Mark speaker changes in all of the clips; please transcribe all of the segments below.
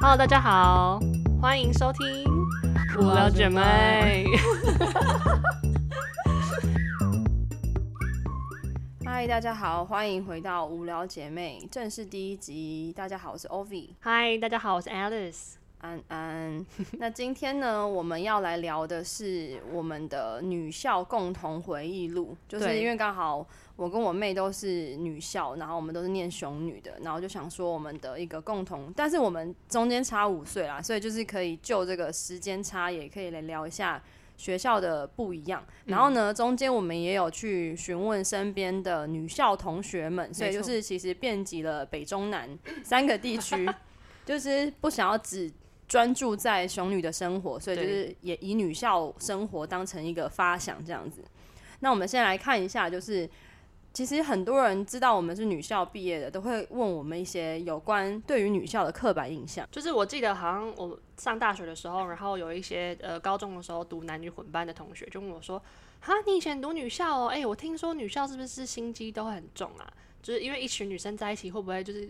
Speaker 1: 大家好，
Speaker 2: 欢迎收听
Speaker 1: 无聊姐 妹。
Speaker 2: 嗨，大家好，欢迎回到无聊姐妹正式第一集。大家好，我是 OV，
Speaker 1: 嗨，大家好，我是 Alice。
Speaker 2: 安安。 那今天呢，我们要来聊的是我们的女校共同回忆录，就是
Speaker 1: 对
Speaker 2: 因为刚好我跟我妹都是女校，然后我们都是念雄女的，然后就想说我们的一个共同，但是我们中间差五岁啦，所以就是可以就这个时间差，也可以来聊一下。学校的不一样，
Speaker 1: 嗯
Speaker 2: 然后呢，中间我们也有去询问身边的女校同学们，所以
Speaker 1: 没
Speaker 2: 就
Speaker 1: 错
Speaker 2: 是其实遍及了北中南三个地区，就是不想要只专注在雄女的生活，所以就是也以女校生活当成一个发想这样子。那我们先来看一下，就是其实很多人知道我们是女校毕业的，都会问我们一些有关对于女校的刻板印象。
Speaker 1: 就是我记得好像我上大学的时候，然后有一些呃高中的时候读男女混班的同学就问我说：“哈，你以前读女校哦？哎、我听说女校是不是心机都会很重啊？就是因为一群女生在一起，会不会就是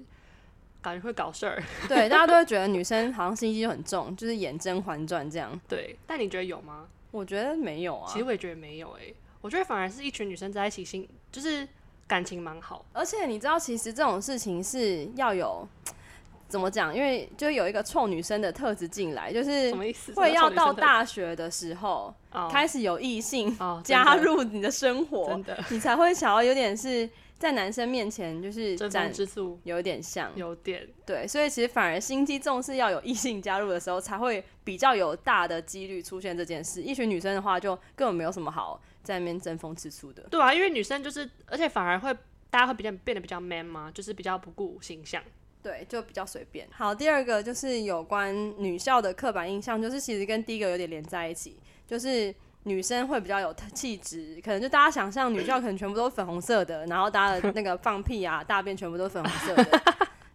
Speaker 1: 感觉会搞事儿？
Speaker 2: 对，大家都会觉得女生好像心机就很重，就是演《甄嬛传》这样。
Speaker 1: 对，但你觉得有吗？
Speaker 2: 我觉得没有啊
Speaker 1: 其，实我也觉得没有哎、我觉得反而是一群女生在一起心就是感情蛮好。
Speaker 2: 而且你知道，其实这种事情是要有怎么讲？因为就有一个臭女生的特质进来，就是
Speaker 1: 什么意思？
Speaker 2: 会要到
Speaker 1: 什么
Speaker 2: 大学的时候，
Speaker 1: 叫女生特
Speaker 2: 开始有异性
Speaker 1: 哦哦真的
Speaker 2: 加入你的生活
Speaker 1: 真，的
Speaker 2: 你才会想要有点是在男生面前就是嗯
Speaker 1: 争
Speaker 2: 展
Speaker 1: 风吃醋
Speaker 2: 有点像，
Speaker 1: 有点
Speaker 2: 对，所以其实反而心机重是要有异性加入的时候才会比较有大的几率出现这件事。一群女生的话，就根本没有什么好在那边争风吃醋的。
Speaker 1: 对啊，因为女生就是，而且反而会大家会比较变得比较 man 嘛，就是比较不顾形象。
Speaker 2: 对，就比较随便。好，第二个就是有关女校的刻板印象，就是其实跟第一个有点连在一起，就是女生会比较有特气质，可能就大家想象女校可能全部都是粉红色的，然后大家的那个放屁啊、大便全部都是粉红色 的。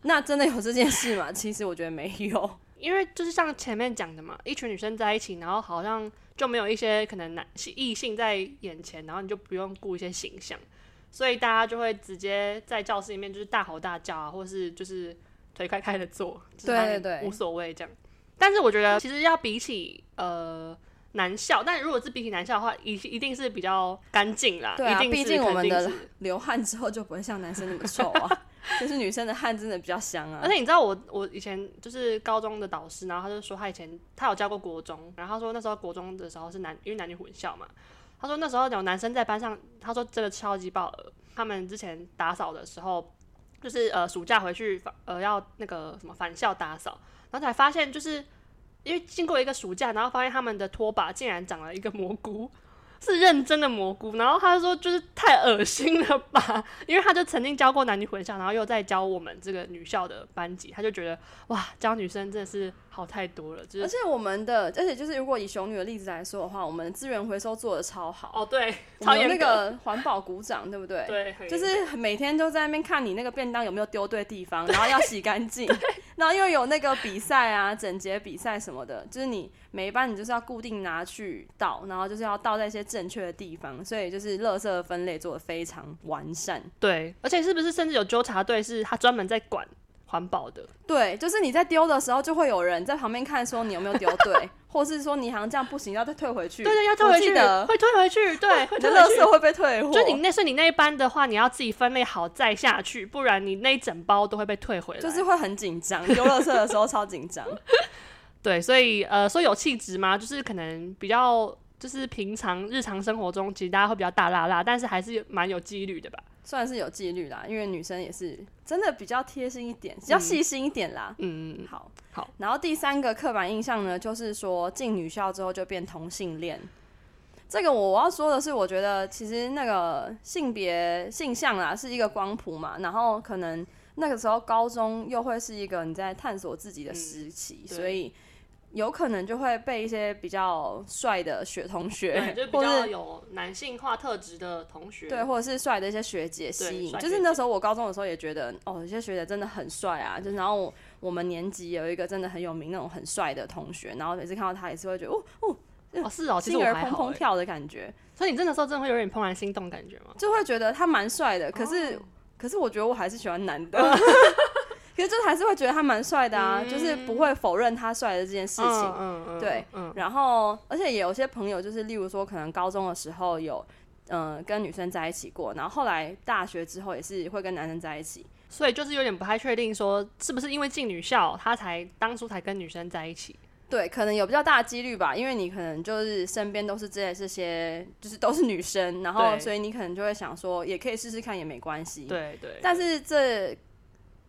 Speaker 2: 那真的有这件事吗？其实我觉得没有。
Speaker 1: 因为就是像前面讲的嘛，一群女生在一起，然后好像就没有一些可能男异性在眼前，然后你就不用顾一些形象，所以大家就会直接在教室里面就是大吼大叫啊，或是就是腿开开的坐，就是
Speaker 2: 对
Speaker 1: 反正
Speaker 2: 对对
Speaker 1: 无所谓这样。但是我觉得其实要比起呃男校，但如果是比起男校的话，一一定是比较干净啦，
Speaker 2: 对啊
Speaker 1: 一定是
Speaker 2: 毕竟我们的
Speaker 1: 肯定是
Speaker 2: 流汗之后就不会像男生那么臭 啊，就是女生的汗真的比较香啊
Speaker 1: 而。且你知道我我以前就是高中的导师，然后他就说他以前他有教过国中，然后他说那时候国中的时候是男因为男女混校嘛，他说那时候有男生在班上，他说真的超级爆额。他们之前打扫的时候，就是呃暑假回去呃要那个什么返校打扫，然后才发现就是因为经过一个暑假，然后发现他们的拖把竟然长了一个蘑菇。是认真的蘑菇，然后他就说就是太恶心了吧，因为他就曾经教过男女混校，然后又在教我们这个女校的班级，他就觉得哇，教女生真的是好太多了，就
Speaker 2: 而
Speaker 1: 是
Speaker 2: 且我们的，而且就是如果以熊女的例子来说的话，我们的资源回收做的超好，
Speaker 1: 哦对，
Speaker 2: 我
Speaker 1: 超
Speaker 2: 们有
Speaker 1: 严
Speaker 2: 那
Speaker 1: 格
Speaker 2: 个环保鼓掌，对不对？
Speaker 1: 对，很
Speaker 2: 就
Speaker 1: 严格
Speaker 2: 是每天都在那边看你那个便当有没有丢对地 方，然后要洗干净， 然后又有那个比赛啊、整洁比赛什么的，就是你每一班你就是要固定拿去倒，然后就是要倒在一些正确的地方，所以就是垃圾分类做的非常完善。
Speaker 1: 对，而且是不是甚至有纠察队是他专门在管环保
Speaker 2: 嗯
Speaker 1: 的？
Speaker 2: 对，就是你在丢的时候，就会有人在旁边看，说你有没有丢 对，或是说你好像这样不行，要再退回去。
Speaker 1: 对对，要退
Speaker 2: 我
Speaker 1: 回
Speaker 2: 记
Speaker 1: 去，
Speaker 2: 得
Speaker 1: 会退回去， 对，会
Speaker 2: 你
Speaker 1: 退
Speaker 2: 的
Speaker 1: 回
Speaker 2: 垃
Speaker 1: 去。
Speaker 2: 圾会被退货。
Speaker 1: 就你那，所以你那一班的话，你要自己分类好再下去，不然你那一整包都会被退回来。
Speaker 2: 就是会很紧张，丢垃圾的时候超紧张。
Speaker 1: 对，所以呃，说有气质嘛，就是可能比较就是平常日常生活中，其实大家会比较大辣辣，但是还是蛮有纪律的吧。
Speaker 2: 算是有纪律啦，因为女生也是真的比较贴心一点，比较细心一点啦。
Speaker 1: 嗯，
Speaker 2: 好，
Speaker 1: 好。
Speaker 2: 然后第三个刻板印象呢，就是说进女校之后就变同性恋。这个我要说的是，我觉得其实那个性别性向啦是一个光谱嘛，然后可能那个时候高中又会是一个你在探索自己的时期，
Speaker 1: 嗯对
Speaker 2: 所以有可能就会被一些比较帅的学同
Speaker 1: 对，
Speaker 2: 学，
Speaker 1: 就比
Speaker 2: 或是
Speaker 1: 较有男性化特质的同学。
Speaker 2: 对，或者是帅的一些学姐吸引。
Speaker 1: 帅
Speaker 2: 就是
Speaker 1: 学
Speaker 2: 那时候我高中的时候也觉得，哦，有些学姐真的很帅啊。就是然后我我们年级有一个真的很有名那种很帅的同学，然后每次看到他也是会觉得，哦哦，
Speaker 1: 哦，是哦，其实
Speaker 2: 心
Speaker 1: 我
Speaker 2: 儿
Speaker 1: 还
Speaker 2: 砰
Speaker 1: 好
Speaker 2: 砰
Speaker 1: 欸。
Speaker 2: 跳的感觉，
Speaker 1: 所以你真的时候真的会有点怦然心动感觉吗？哦
Speaker 2: 就会觉得他蛮帅的。可是、可是我觉得我还是喜欢男的。 可是就还是会觉得他蛮帅的啊，就是不会否认他帅的这件事情。
Speaker 1: 嗯嗯，
Speaker 2: 对
Speaker 1: 嗯，
Speaker 2: 然后，而且也有些朋友，就是例如说，可能高中的时候有，嗯、跟女生在一起过，然后后来大学之后也是会跟男生在一起。
Speaker 1: 所以就是有点不太确定，说是不是因为进女校，他才当初才跟女生在一起。
Speaker 2: 对，可能有比较大的几率吧，因为你可能就是身边都是这些这些，就是都是女生，然后
Speaker 1: 对
Speaker 2: 所以你可能就会想说，也可以试试看，也没关系。，
Speaker 1: 对对，
Speaker 2: 但是这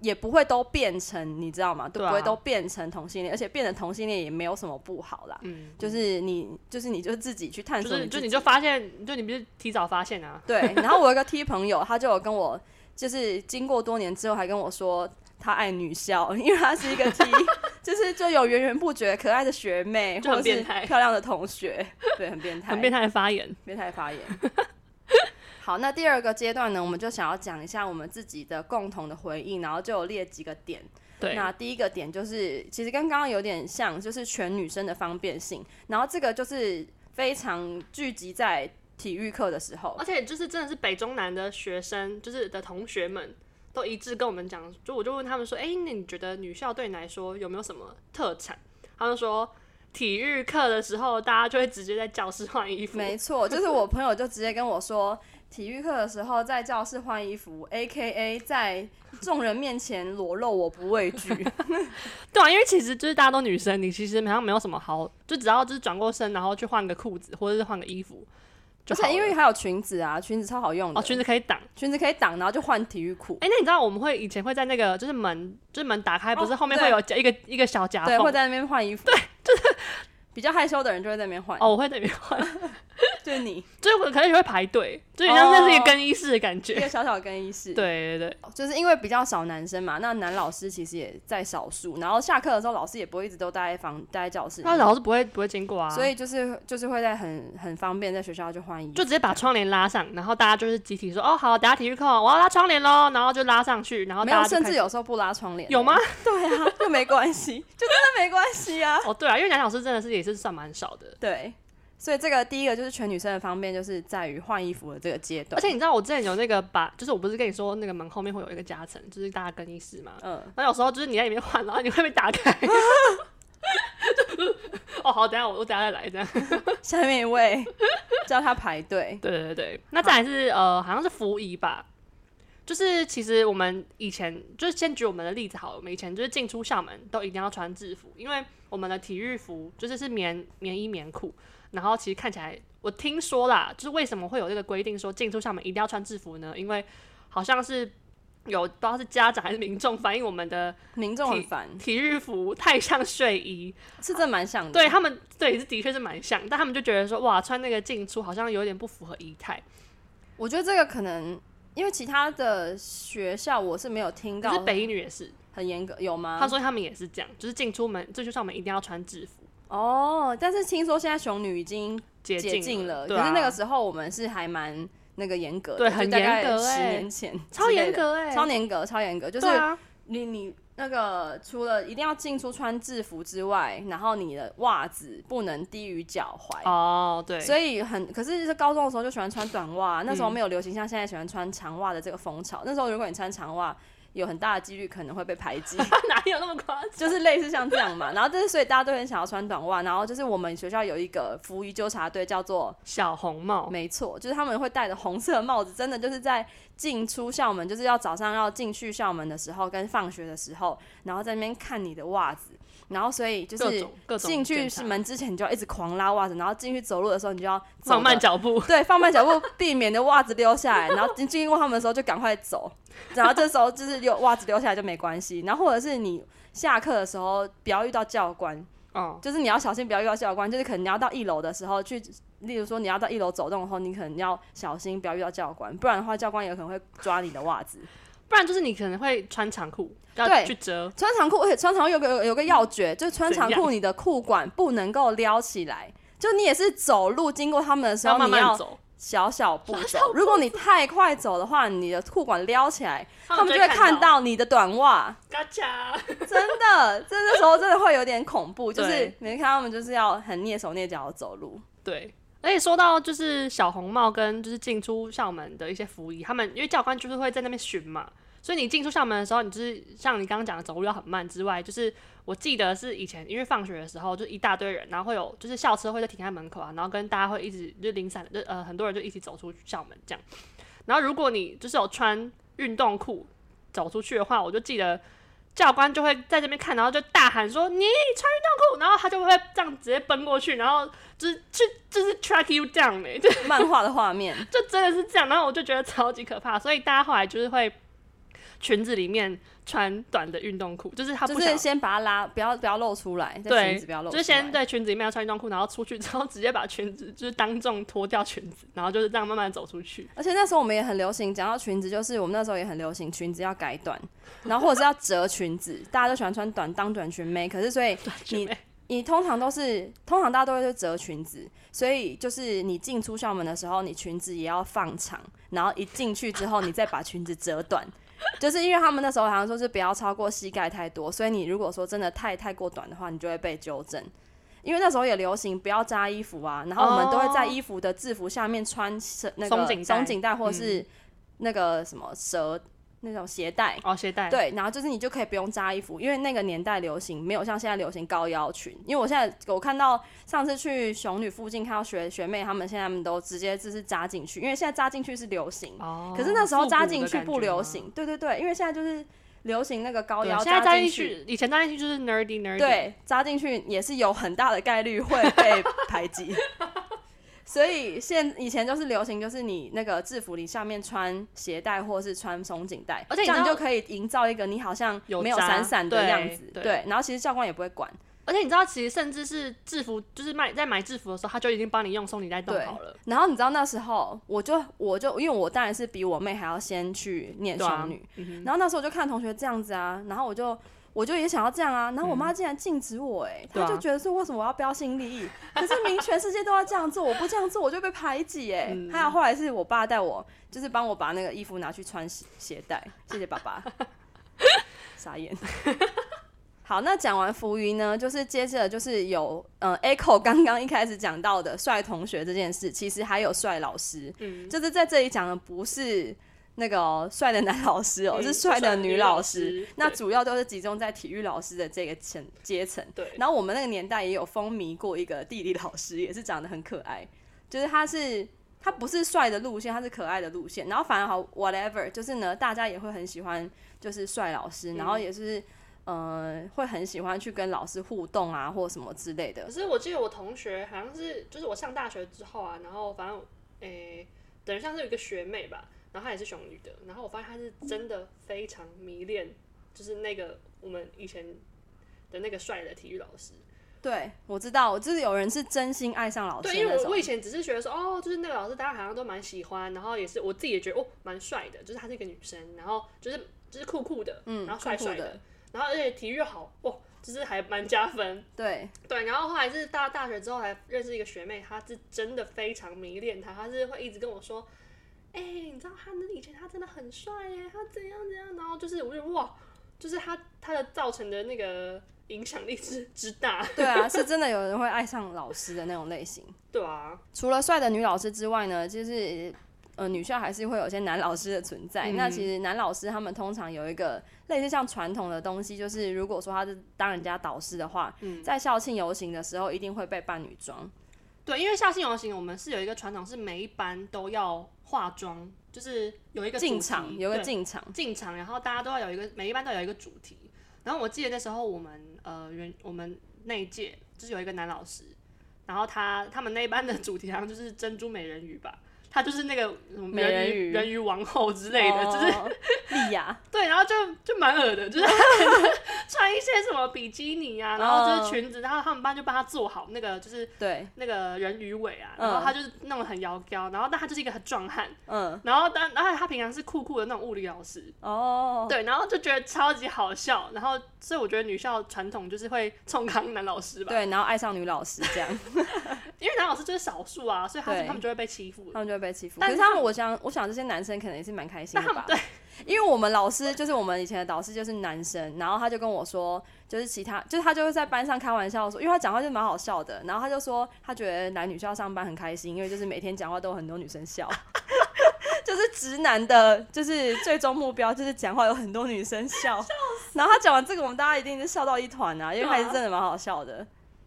Speaker 2: 也不会都变成，你知道吗？都
Speaker 1: 对啊
Speaker 2: 不会都变成同性恋，而且变成同性恋也没有什么不好啦。
Speaker 1: 嗯，
Speaker 2: 就是你，就是你，就自己去探
Speaker 1: 就
Speaker 2: 索
Speaker 1: 是
Speaker 2: 自
Speaker 1: 就
Speaker 2: 己
Speaker 1: 你就发现，就你不是提早发现啊？
Speaker 2: 对，然后我有一个 T 朋友，他就有跟我，就是经过多年之后，还跟我说他爱女校，因为他是一个 T，就是就有源源不绝可爱的学妹，
Speaker 1: 就
Speaker 2: 或
Speaker 1: 很
Speaker 2: 者
Speaker 1: 变
Speaker 2: 是
Speaker 1: 态
Speaker 2: 漂亮的同学，对，很变态，
Speaker 1: 很变态的发言，
Speaker 2: 变态发言。好，那第二个阶段呢，我们就想要讲一下我们自己的共同的回应，然后就有列几个点。
Speaker 1: 对，
Speaker 2: 那第一个点就是，其实跟刚刚有点像，就是全女生的方便性，然后这个就是非常聚集在体育课的时候，
Speaker 1: 而且就是真的是北中南的学生，就是的同学们都一致跟我们讲，就我就问他们说，哎、那你觉得女校对你来说有没有什么特产？他们说体育课的时候，大家就会直接在教室换衣服，
Speaker 2: 没错，就是我朋友就直接跟我说，体育课的时候在教室换衣服，A K A 在众人面前裸露，我不畏 惧。
Speaker 1: 对啊，因为其实就是大家都女生，你其实好像没有什么好，就只要就是转过身，然后去换个裤子或者是换个衣服就
Speaker 2: 而
Speaker 1: 好了，
Speaker 2: 且因为还有裙子啊，裙子超好用的，
Speaker 1: 哦裙
Speaker 2: 子
Speaker 1: 子可以挡。
Speaker 2: 裙子可以挡，然后就换体育裤。
Speaker 1: 哎、那你知道我们会以前会在那个就是门，就是门打开，不是
Speaker 2: 哦
Speaker 1: 后面
Speaker 2: 对
Speaker 1: 会有夹一个一个小夹
Speaker 2: 对，会
Speaker 1: 缝？
Speaker 2: 在那边换衣服。对，就是 比较害羞的人就会在那边换。
Speaker 1: 哦，我会在那边 换，
Speaker 2: 就是 你
Speaker 1: 就是我可能也会排队，就很像那是一
Speaker 2: 哦
Speaker 1: 个更衣室的感觉。
Speaker 2: 一个小小的更衣室。，
Speaker 1: 对对对，
Speaker 2: 就是因为比较少男生嘛，那男老师其实也在少数，然后下课的时候老师也不会一直都待在房待在教室里
Speaker 1: 那老师不会不会经过啊，
Speaker 2: 所以就是就是会在很很方便，在学校就换衣服
Speaker 1: 就。直接把窗帘拉上，然后大家就是集体说哦好，等下体育课我要拉窗帘喽，然后就拉上去，然后
Speaker 2: 没
Speaker 1: 大
Speaker 2: 有，
Speaker 1: 家就
Speaker 2: 甚
Speaker 1: 开
Speaker 2: 至
Speaker 1: 始
Speaker 2: 有时候不拉窗帘。
Speaker 1: 有吗？？
Speaker 2: 对啊，就没关 系，就真的没关系啊。
Speaker 1: 哦对啊，因为男老师真的是也是算蛮少的，
Speaker 2: 对，所以这个第一个就是全女生的方便，就是在于换衣服的这个阶段。
Speaker 1: 而且你知道我之前有那个把，就是我不是跟你说那个门后面会有一个夹层，就是大家更衣室嘛，
Speaker 2: 嗯，
Speaker 1: 然后有时候就是你在里面换，然后你会被打开。 哦，好，等一下我我等一下再来这样。
Speaker 2: 下面一位 叫他排队，
Speaker 1: 对对对，那再来是呃，好像是服仪吧，就是其实我们以前就是先举我们的例子好了，我们以前就是进出校门都一定要穿制服，因为我们的体育服就是是棉棉衣棉裤，然后其实看起来我听说啦，就是为什么会有这个规定说进出校门一定要穿制服呢？因为好像是。有不知道是家长还是民众反映我们的
Speaker 2: 民众很烦，
Speaker 1: 体育服太像睡衣，
Speaker 2: 是真的蛮像的。
Speaker 1: 对，他们，对是的确是蛮像，但他们就觉得说哇，穿那个进出好像有点不符合仪态，
Speaker 2: 我觉得这个可能因为其他的学校我是没有听
Speaker 1: 可
Speaker 2: 到
Speaker 1: 是北一女也是，
Speaker 2: 很严格，有吗？
Speaker 1: 她说他们也是这样，就是进出门、进出校门一定要穿制服，
Speaker 2: 哦，但是听说现在熊女已经
Speaker 1: 解
Speaker 2: 解
Speaker 1: 禁
Speaker 2: 禁了，
Speaker 1: 对
Speaker 2: 可
Speaker 1: 啊
Speaker 2: 是那个时候我们是还蛮那个严格的，
Speaker 1: 对
Speaker 2: 就
Speaker 1: 很
Speaker 2: 大
Speaker 1: 严
Speaker 2: 概
Speaker 1: 格
Speaker 2: 十
Speaker 1: 欸
Speaker 2: 年前
Speaker 1: 超
Speaker 2: 之类
Speaker 1: 严
Speaker 2: 的
Speaker 1: 格哎、
Speaker 2: 超严格，欸超严格，就是
Speaker 1: 对啊，
Speaker 2: 你你那个除了一定要进出穿制服之外，然后你的袜子不能低于脚踝。
Speaker 1: 哦，对，
Speaker 2: 所以很，可是高中的时候就喜欢穿短袜，那时候
Speaker 1: 嗯
Speaker 2: 没有流行像现在喜欢穿长袜的这个风潮。那时候如果你穿长袜，有很大的几率可能会被 排 挤，
Speaker 1: 哪有那么夸张？
Speaker 2: 就是类似像这样嘛。然后就是所以大家都很想要穿短袜，然后就是我们学校有一个服役纠察队叫做
Speaker 1: 小红帽，
Speaker 2: 没错，就是他们会戴着红色帽子，真的就是在进出校门，就是要早上要进去校门的时候，跟放学的时候，然后在那边看你的袜子，然后所以就
Speaker 1: 各
Speaker 2: 是
Speaker 1: 种各种
Speaker 2: 进去
Speaker 1: 检查
Speaker 2: 门之前你就要一直狂拉袜子，然后进去走路的时候你就要走
Speaker 1: 放 慢
Speaker 2: 得，
Speaker 1: 脚步，
Speaker 2: 对，放慢脚步，避免你的袜子溜下来，然后经经过他们的时候就赶快走，然后这时候就是有袜子溜下来就没关系，然后或者是你下课的时候不要遇到教官，
Speaker 1: 哦，
Speaker 2: 就是你要小心不要遇到教官，就是可能你要到一楼的时候去，例如说你要到一楼走动的时候，你可能要小心不要遇到教官，不然的话教官有可能会抓你的袜 子。
Speaker 1: 不然就是你可能会穿长裤要
Speaker 2: 对
Speaker 1: 去折，
Speaker 2: 穿长裤，而且穿长裤有个有有个要诀，就是穿长
Speaker 1: 怎
Speaker 2: 裤你的裤管不能够撩起来。就你也是走路经过他们的时候，
Speaker 1: 慢
Speaker 2: 你
Speaker 1: 慢
Speaker 2: 要
Speaker 1: 走，
Speaker 2: 小小步走。如果你太快走的话，你的裤管撩起来，他们就会看
Speaker 1: 看，
Speaker 2: 到你的短袜。
Speaker 1: 嘎嚓，
Speaker 2: 真的，这那时候真的会有点恐怖，就是
Speaker 1: 对
Speaker 2: 你看他们就是要很蹑手蹑脚的走路。
Speaker 1: 对。而且说到就是小红帽跟就是进出校门的一些服役，他们因为教官就是会在那边巡嘛，所以你进出校门的时候，你就是像你刚刚讲的走路要很慢之外，就是我记得是以前因为放学的时候就一大堆人，然后会有就是校车会在停在门口啊，然后跟大家会一直就零散的就呃很多人就一起走出校门这样。然后如果你就是有穿运动裤走出去的话，我就记得教官就会在这边看，然后就大喊说你穿运动裤，然后他就会这样直接奔过去，然后就是去就是 track you down 哎、 就
Speaker 2: 漫画的画面，
Speaker 1: 就真的是这样。然后我就觉得超级可怕，所以大家后来就是会裙子里面穿短的运动裤，就是他
Speaker 2: 就
Speaker 1: 不想
Speaker 2: 是先把它拉，不要不要露出来，在
Speaker 1: 对
Speaker 2: 裙子不要露出
Speaker 1: 就
Speaker 2: 来，
Speaker 1: 是先在裙子里面要穿运动裤，然后出去之后直接把裙子就是当众脱掉裙子，然后就是这样慢慢走出去。
Speaker 2: 而且那时候我们也很流行，讲到裙子，就是我们那时候也很流行裙子要改短，然后或者是要折裙子，大家都喜欢穿短当短裙妹。可是所以你你通常都是通常大家都会就折裙子，所以就是你进出校门的时候，你裙子也要放长，然后一进去之后，你再把裙子折短。就是因为他们那时候好像说是不要超过膝盖太多，所以你如果说真的太太过短的话，你就会被纠正。因为那时候也流行不要扎衣服啊，然后我们都会在
Speaker 1: 哦
Speaker 2: 衣服的制服下面穿是那个
Speaker 1: 松紧带嗯
Speaker 2: 松紧带或是那个什么蛇那种鞋带。
Speaker 1: 哦，鞋带，
Speaker 2: 对，然后就是你就可以不用扎衣服，因为那个年代流行没有像现在流行高腰裙。因为我现在我看到上次去熊女附近看到学学妹，她们现在她们都直接就是扎进去，因为现在扎进去是流行，
Speaker 1: 哦，
Speaker 2: 可是那时候扎进去
Speaker 1: 复古
Speaker 2: 不
Speaker 1: 的感觉吗
Speaker 2: 流行。。哦对对对，因为现在就是流行那个高
Speaker 1: 对啊
Speaker 2: 腰，
Speaker 1: 现在扎进
Speaker 2: 去，
Speaker 1: 去，以前扎进去就是 nerdy nerdy。，
Speaker 2: 对，扎进去也是有很大的概率会被 排挤。所以现以前就是流行，就是你那个制服里下面穿鞋带或是穿松紧带，
Speaker 1: 而且你
Speaker 2: 这样
Speaker 1: 知道
Speaker 2: 就可以营造一个你好像
Speaker 1: 有
Speaker 2: 没有
Speaker 1: 扎
Speaker 2: 闪闪的
Speaker 1: 对
Speaker 2: 样子。
Speaker 1: 对
Speaker 2: 对，然后其实教官也不会管。
Speaker 1: 而且你知道，其实甚至是制服，就是卖在买制服的时候，他就已经帮你用松紧带弄
Speaker 2: 对
Speaker 1: 好了。
Speaker 2: 然后你知道那时候，我就我就因为我当然是比我妹还要先去念
Speaker 1: 对啊
Speaker 2: 少女，然后那时候我就看同学这样子啊，然后我就我就也想要这样啊，然后我妈竟然禁止我、哎、
Speaker 1: 对啊
Speaker 2: 她就觉得说为什么我要标新立异？ 可是明全世界都要这样做，我不这样做我就被排挤哎、
Speaker 1: 嗯
Speaker 2: 还有后来是我爸带我，就是帮我把那个衣服拿去穿鞋鞋带，谢谢爸爸，傻眼。 好，那讲完浮云呢，就是接着就是有呃，Echo 刚刚一开始讲到的帅同学这件事，其实还有帅老师，
Speaker 1: 嗯，
Speaker 2: 就是在这里讲的不是那个哦帅、的男老师哦，
Speaker 1: 嗯
Speaker 2: 是帅的女老
Speaker 1: 帅的
Speaker 2: 师
Speaker 1: 女老师。
Speaker 2: 那
Speaker 1: 对
Speaker 2: 主要都是集中在体育老师的这个层阶层。
Speaker 1: 对，
Speaker 2: 然后我们那个年代也有风靡过一个地理老师，也是长得很可爱，就是他是他不是帅的路线，他是可爱的路线。然后反而好 whatever，就是呢，大家也会很喜欢就是帅老师，然
Speaker 1: 嗯
Speaker 2: 后也是。呃，会很喜欢去跟老师互动啊，或什么之类的
Speaker 1: 可。是我记得我同学好像是，就是我上大学之后啊，然后反正诶、等于像是有一个学妹吧，然后她也是熊女的，然后我发现她是真的非常迷恋，就是那个我们以前的那个帅的体育老师。
Speaker 2: 对，我知道，就是有人是真心爱上老师
Speaker 1: 对，因为
Speaker 2: 那
Speaker 1: 我
Speaker 2: 种
Speaker 1: 我。以前只是觉得说，哦，就是那个老师，大家好像都蛮喜欢，然后也是我自己也觉得哦，蛮帅的，就是她是一个女生，然后就是就是酷酷的，
Speaker 2: 嗯
Speaker 1: 然后帅
Speaker 2: 酷酷
Speaker 1: 帅
Speaker 2: 的
Speaker 1: 然后而且体育又好，哦，就是还蛮加分。
Speaker 2: 对，
Speaker 1: 对，然后后来就是到大学之后，还认识一个学妹，她是真的非常迷恋他，她是会一直跟我说，哎、你知道他那以前他真的很帅耶，他怎样怎样，然后就是我就哇，就是他他的造成的那个影响力之之大，
Speaker 2: 对啊，是真的有人会爱上老师的那种类型。
Speaker 1: 对啊，
Speaker 2: 除了帅的女老师之外呢，就是呃女校还是会有一些男老师的存在。
Speaker 1: 嗯
Speaker 2: 那其实男老师他们通常有一个类似像传统的东西，就是如果说他是当人家导师的话，
Speaker 1: 嗯
Speaker 2: 在校庆游行的时候一定会被扮女装。
Speaker 1: 对，因为校庆游行我们是有一个传统，是每一班都要化妆，就是有一个
Speaker 2: 进场有个
Speaker 1: 进。
Speaker 2: 进场，
Speaker 1: 进场，然后大家都要有一个，每一班都有一个主题。然后我记得那时候我们呃原我们那一届就是有一个男老师，然后他他们那一班的主题好像就是珍珠美人鱼吧，他就是那个什么
Speaker 2: 美人
Speaker 1: 人
Speaker 2: 鱼
Speaker 1: 人鱼 王后之类的，就是
Speaker 2: 是哦 莉亚，
Speaker 1: 对，然后就就蛮恶的，就是
Speaker 2: 嗯
Speaker 1: 穿一些什么比基尼啊，然后就是裙子，然后他们班就帮他做好那个就是
Speaker 2: 对，
Speaker 1: 那个人鱼尾啊，
Speaker 2: 嗯
Speaker 1: 然后他就是弄得很摇高，然后但他就是一个很壮汉，
Speaker 2: 嗯，
Speaker 1: 然后但然后他平常是酷酷的那种物理老师，
Speaker 2: 哦，
Speaker 1: 对，然后就觉得超级好笑，然后所以我觉得女校传统就是会冲康男老师吧，
Speaker 2: 对，然后爱上女老师这样。
Speaker 1: 因为男老师就是少数啊，所以他
Speaker 2: 对嗯
Speaker 1: 他们就会被欺负
Speaker 2: 他。们就会被欺负。
Speaker 1: 但
Speaker 2: 但
Speaker 1: 是
Speaker 2: 是他们，我想，我想这些男生可能也是蛮开心的吧。对，因为我们老师就是我们以前的导师就是男生，然后他就跟我说，就是其他，就是他就会在班上开玩笑说，因为他讲话就蛮好笑的，然后他就 说他觉得来女校上班很开心，因为就是每天讲话都有很多女生笑，就是直男的，就是最终目标就是讲话有很多女生笑，然后他讲完这个，我们大家一定是笑到一团啊，因为
Speaker 1: 对啊
Speaker 2: 还是真的蛮好笑的，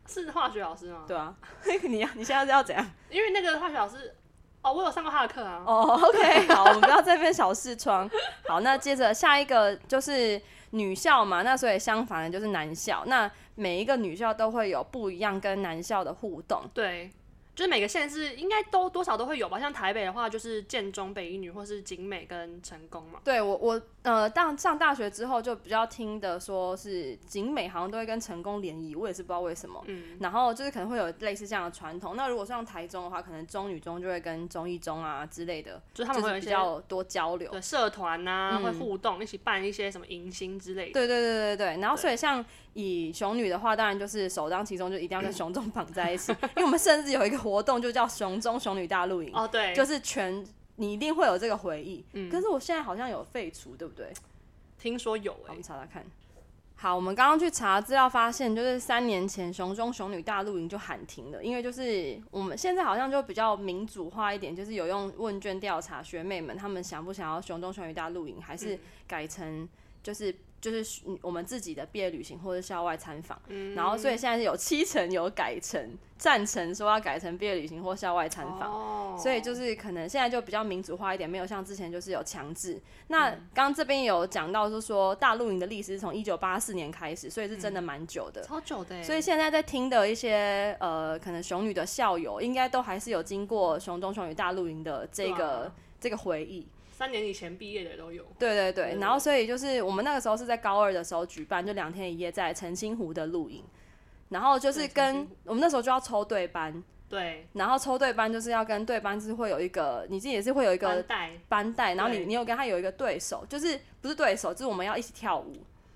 Speaker 1: 是化学老师吗？
Speaker 2: 对啊， 你要你现在是要怎样？
Speaker 1: 因为那个化学老师，哦，我有上过他的课啊。
Speaker 2: 哦、o k 好，我们不要在那边小视窗。好，那接着下一个就是女校嘛，那所以相反的就是男校。那每一个女校都会有不一样跟男校的互动。
Speaker 1: 对，就是每个县市应该都多少都会有吧。像台北的话，就是建中、北一女或是景美跟成功嘛。
Speaker 2: 对我我呃，当上大学之后就比较听的说是景美好像都会跟成功联谊，我也是不知道为什么。
Speaker 1: 嗯，
Speaker 2: 然后就是可能会有类似这样的传统。那如果像台中的话，可能中女中就会跟中一中啊之类的，
Speaker 1: 就是他们
Speaker 2: 就
Speaker 1: 会
Speaker 2: 是
Speaker 1: 有一
Speaker 2: 比
Speaker 1: 些
Speaker 2: 较多交流。
Speaker 1: 对社团呐、
Speaker 2: 嗯
Speaker 1: 会互动，一起办一些什么迎新之类的。
Speaker 2: 对对对对对，然后
Speaker 1: 对
Speaker 2: 所以像以熊女的话，当然就是首当其冲，就一定要跟熊中绑在一起，因为我们甚至有一个活动就叫熊中熊女大露营，
Speaker 1: 哦，嗯对，
Speaker 2: 就是全你一定会有这个回忆。可是我现在好像有废除，对不对？
Speaker 1: 听说有
Speaker 2: 好我
Speaker 1: 哎、
Speaker 2: 们查查看。好，我们刚刚去查资料发现，就是三年前熊中熊女大露营就喊停了，因为就是我们现在好像就比较民主化一点，就是有用问卷调查学妹们她们想不想要熊中熊女大露营，还
Speaker 1: 嗯
Speaker 2: 是改成就是。就是我们自己的毕业旅行或者校外参访，
Speaker 1: 嗯
Speaker 2: 然后所以现在是有七成有改成赞成说要改成毕业旅行或校外参访，
Speaker 1: 哦，
Speaker 2: 所以就是可能现在就比较民主化一点，没有像之前就是有强制。那
Speaker 1: 嗯
Speaker 2: 刚刚这边有讲到，就是说大陆营的历史是从一九八四年开始，所以是真的蛮久的。
Speaker 1: 超久的、欸，
Speaker 2: 所以现在在听的一些呃，可能熊女的校友，应该都还是有经过熊中熊女大露营的这
Speaker 1: 对
Speaker 2: 个、
Speaker 1: 啊
Speaker 2: 这个回忆。
Speaker 1: 三年以前毕业的都有。
Speaker 2: 对对对，
Speaker 1: 嗯
Speaker 2: 然后所以就是我们那个时候是在高二的时候举办，就两天一夜在澄清湖的露营，然后就是
Speaker 1: 对澄
Speaker 2: 跟
Speaker 1: 清湖
Speaker 2: 我们那时候就要抽对班，
Speaker 1: 对，
Speaker 2: 然后抽对班就是要跟对班就是会有一个，你自己也是会有一个
Speaker 1: 班带
Speaker 2: 班带，然后你
Speaker 1: 对
Speaker 2: 你有跟他有一个对手，就是不是对手，就是我们要一起跳舞。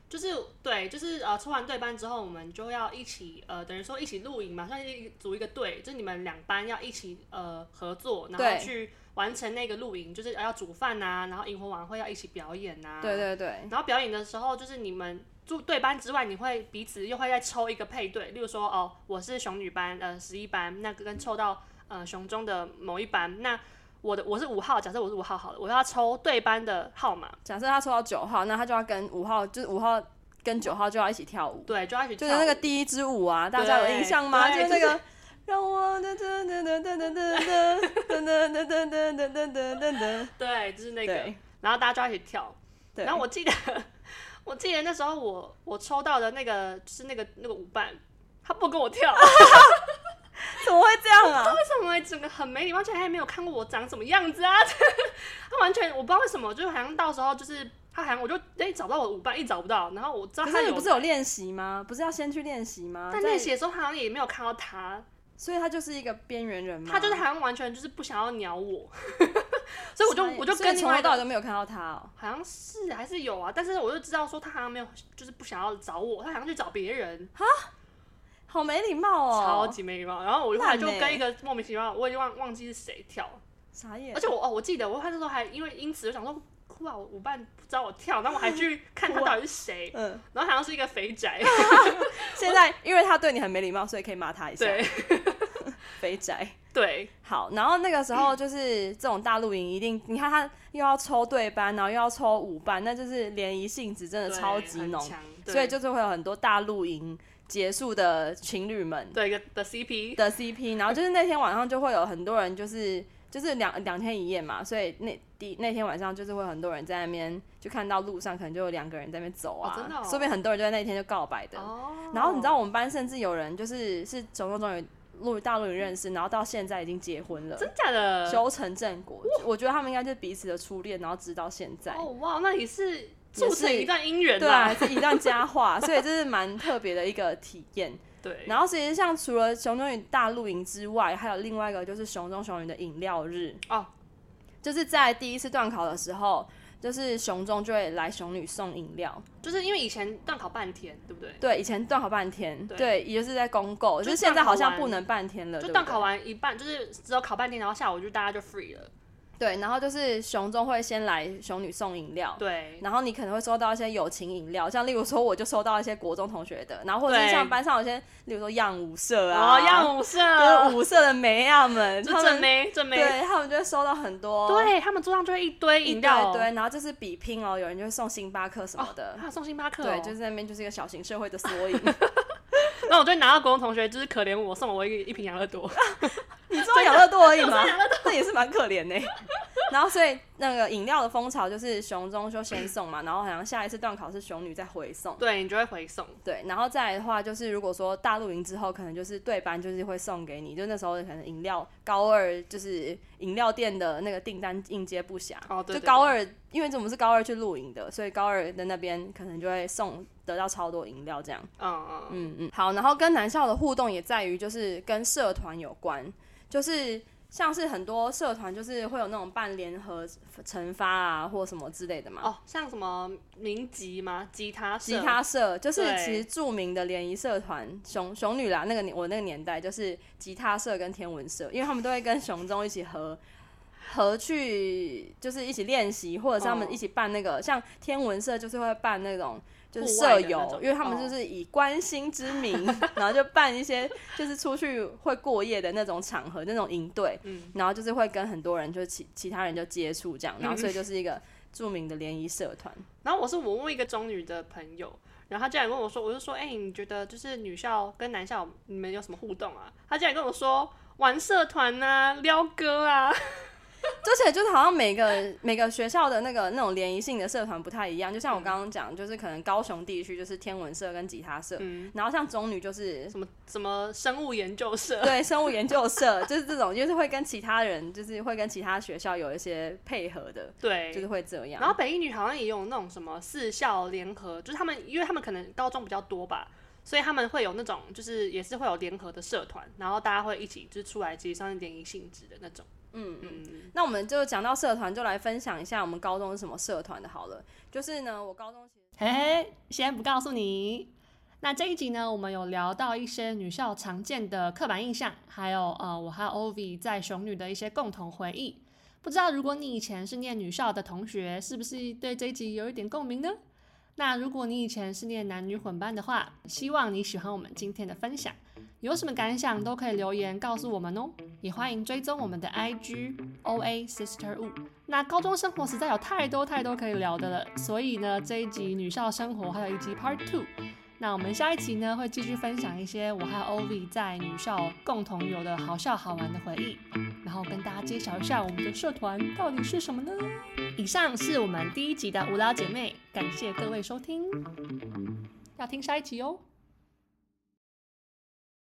Speaker 1: 就是对，就是呃，抽完对班之后，我们就要一起呃，等于说一起露营嘛，算是一组一个队，就是你们两班要一起呃合作，然
Speaker 2: 对
Speaker 1: 后去完成那个露营，就是呃要煮饭呐、然后萤火晚会要一起表演啊呐、
Speaker 2: 对。对对，
Speaker 1: 然后表演的时候，就是你们住对班之外，你会彼此又会再抽一个配对，例如说哦，我是熊女班，呃，十一班，那跟抽到呃熊中的某一班，那我的我是五号，假设我是五号好了，我要抽对班的号码，
Speaker 2: 假设他抽到九号，那他就要跟五号，就是五号跟九号就要一起跳舞，
Speaker 1: 对，就要一起
Speaker 2: 就
Speaker 1: 跳
Speaker 2: 是那个
Speaker 1: 舞
Speaker 2: 第一支舞啊，大家有印象吗？就
Speaker 1: 对
Speaker 2: 是那
Speaker 1: 就
Speaker 2: 个。让我噔噔噔噔噔噔噔噔噔噔噔噔噔噔噔噔噔，
Speaker 1: 对，就是那个。
Speaker 2: 对
Speaker 1: 然后大家就要一起跳。
Speaker 2: 对。
Speaker 1: 然后我记得， 我记得那时候我我抽到的那个就是那个那个舞伴，他不跟我跳，为
Speaker 2: 怎么会这样啊？
Speaker 1: 什么？整个很没礼貌，而且他也没有看过我长什么样子啊！ 他完全我不知道为什么，就好像到时候就是他好像我就哎、找不到我的舞伴，一直找不到，然后我知道
Speaker 2: 可
Speaker 1: 他
Speaker 2: 是你
Speaker 1: 有，
Speaker 2: 不是有练习吗？不是要先去练习吗？
Speaker 1: 但
Speaker 2: 在
Speaker 1: 练习，的时候他好像也没有看到他，
Speaker 2: 所以他就是一个边缘人嘛。
Speaker 1: 他就是好像完全就是不想要鸟我， 所以我就我就
Speaker 2: 所以
Speaker 1: 跟另
Speaker 2: 从
Speaker 1: 外
Speaker 2: 头
Speaker 1: 一个
Speaker 2: 到尾都没有看到他哦。
Speaker 1: 好像是还是有啊，但是我就知道说他好像没有，就是不想要找我，他好像去找别人，
Speaker 2: 好没礼貌哦，
Speaker 1: 超级没礼貌。然后我后来就
Speaker 2: 烂欸
Speaker 1: 跟一个莫名其妙，我已经忘忘记是谁跳，
Speaker 2: 傻眼，
Speaker 1: 而且我哦，我记得我那时候还因为因此我想说，哭啊，我舞伴不找我跳，然后我还 去看他到底是谁，
Speaker 2: 嗯，
Speaker 1: 然后好像是一个肥 宅，
Speaker 2: 现在因为他对你很没礼貌，所以可以骂他一下，
Speaker 1: 对
Speaker 2: 肥宅。
Speaker 1: 对，
Speaker 2: 好，然后那个时候就是这种大露营，一定你看他又要抽对班，然后又要抽五班，那就是联谊性质真的
Speaker 1: 对
Speaker 2: 超级
Speaker 1: 很
Speaker 2: 浓，
Speaker 1: 强对
Speaker 2: 所以就是会有很多大露营结束的情侣们
Speaker 1: 对一个的 CP，
Speaker 2: 的 CP，然后就是那天晚上就会有很多人就是。就是两两天一夜嘛，所以那第那天晚上就是会有很多人在那边，就看到路上可能就有两个人在那边走啊，
Speaker 1: 哦真的哦
Speaker 2: 说不定很多人就在那天就告白的。
Speaker 1: 哦
Speaker 2: 然后你知道我们班甚至有人就是是从中中有陆大陆人认识，然后到现在已经结婚了，
Speaker 1: 真假的？
Speaker 2: 修成正果。就我觉得他们应该就是彼此的初恋，然后直到现在，
Speaker 1: 哦哇，那也是促成
Speaker 2: 也是
Speaker 1: 一段姻缘
Speaker 2: 对
Speaker 1: 吧
Speaker 2: 啊，是一段佳话，所以这 是蛮特别的一个体验。
Speaker 1: 对，
Speaker 2: 然后其实像除了熊中与大露营之外，还有另外一个就是熊中熊女的饮料日，
Speaker 1: 哦
Speaker 2: 就是在第一次段考的时候。就是熊中就会来熊女送饮料，
Speaker 1: 就是因为以前断考半天，对不对？
Speaker 2: 对，以前段考半天，
Speaker 1: 对
Speaker 2: 对，也就是在公购，
Speaker 1: 就
Speaker 2: 就是现在好
Speaker 1: 段考
Speaker 2: 像
Speaker 1: 完
Speaker 2: 不能半天
Speaker 1: 就
Speaker 2: 了，啊对不
Speaker 1: 段
Speaker 2: 对
Speaker 1: 考完一半，就是只有考半天，然后下午就大家就 free 了。
Speaker 2: 对，然后就是熊中会先来熊女送饮料，
Speaker 1: 对，
Speaker 2: 然后你可能会收到一些友情饮料，像例如说我就收到一些国中同学的，然后或者是
Speaker 1: 对
Speaker 2: 像班上有些，例如说样舞社啊，
Speaker 1: 哦，样舞社，
Speaker 2: 就是舞社的梅亚们，
Speaker 1: 就
Speaker 2: 他
Speaker 1: 正
Speaker 2: 们
Speaker 1: 妹正妹，
Speaker 2: 对他们就会收到很多
Speaker 1: 对他们桌上就会一堆
Speaker 2: 一
Speaker 1: 饮
Speaker 2: 堆
Speaker 1: 料，
Speaker 2: 一堆，然后这是比拼哦，有人就会送星巴克什么的。
Speaker 1: 还有送星巴克哦，
Speaker 2: 对，就是在那边就是一个小型社会的缩 影。
Speaker 1: 那我就拿到国中同学就是可怜我，送了我一个一瓶养乐多，
Speaker 2: 你做
Speaker 1: 啊
Speaker 2: 养乐多而已吗？ 那也是蛮可怜的欸。 然后所以那个饮料的风潮就是熊中就先送嘛，然后好像下一次段考是熊女再回送。
Speaker 1: 对你就会回送，
Speaker 2: 对，然后再来的话就是，如果说大陆营之后，可能就是对班就是会送给你，就那时候可能饮料高二就是饮料店的那个订单应接不暇，
Speaker 1: 哦对对
Speaker 2: 就高二，因为我们是高二去露营的，所以高二的那边可能就会送得到超多饮料这样。
Speaker 1: 嗯嗯嗯，
Speaker 2: 嗯嗯，好，然后跟男校的互动也在于就是跟社团有关，就是。像是很多社团就是会有那种办联合惩罚啊，或什么之类的嘛。
Speaker 1: 哦，像什么民吉吗？吉他社
Speaker 2: 吉他社就是
Speaker 1: 对
Speaker 2: 其实著名的联谊社团熊熊女啦，那个年我那个年代就是吉他社跟天文社，因为他们都会跟熊中一起合合去，就是一起练习，或者是他们
Speaker 1: 嗯
Speaker 2: 一起办那个、像天文社就是会办那种。就是
Speaker 1: 户外
Speaker 2: 社
Speaker 1: 的那
Speaker 2: 游
Speaker 1: 种，
Speaker 2: 因为他们
Speaker 1: 哦
Speaker 2: 就是以关心之 名，然后就办一些就是出去会过夜的那种场合，那种营队，
Speaker 1: 嗯
Speaker 2: 然后就是会跟很多人，就其其他人就接触这样，
Speaker 1: 嗯
Speaker 2: 然后所以就是一个著名的联谊社团。
Speaker 1: 然后我是我问一个中女的朋友，然后她竟然跟我说，我就说，哎、你觉得就是女校跟男校你们有什么互动啊？她竟然跟我说玩社团啊，撩歌啊，
Speaker 2: 而且就是好像每个每个学校的那个那种联谊性的社团不太一样，就像我刚刚讲，就是可能高雄地区就是天文社跟吉他社，
Speaker 1: 嗯
Speaker 2: 然后像中女就是
Speaker 1: 什么什么生物研究社，
Speaker 2: 对生物研究社， 就是这种就是会跟其他人，就是会跟其他学校有一些配合的，
Speaker 1: 对，
Speaker 2: 就是会这样。
Speaker 1: 然后北一女好像也有那种什么四校联合，就是他们，因为他们可能高中比较多吧，所以他们会有那种就是也是会有联合的社团，然后大家会一起就是出来，其实算是联谊性质的那种。
Speaker 2: 那我们就讲到社团，就来分享一下我们高中是什么社团的好了。就是呢，我高中其实
Speaker 1: 嘿嘿，先不告诉你。那这一集呢，我们有聊到一些女校常见的刻板印象，还有呃，我和 Ovi 在熊女的一些共同回忆。不知道如果你以前是念女校的同学，是不是对这一集有一点共鸣呢？那如果你以前是念男女混班的话，希望你喜欢我们今天的分享，有什么感想都可以留言告诉我们哦。也欢迎追踪我们的 IG OA Sister Wu。那高中生活实在有太多太多可以聊的了，所以呢，这一集女校生活还有一集 Part Two。那我们下一集呢，会继续分享一些我和 OV 在女校共同有的好笑好玩的回忆，然后跟大家揭晓一下我们的社团到底是什么呢？以上是我们第一集的无聊姐妹，感谢各位收听，要听下一集哦。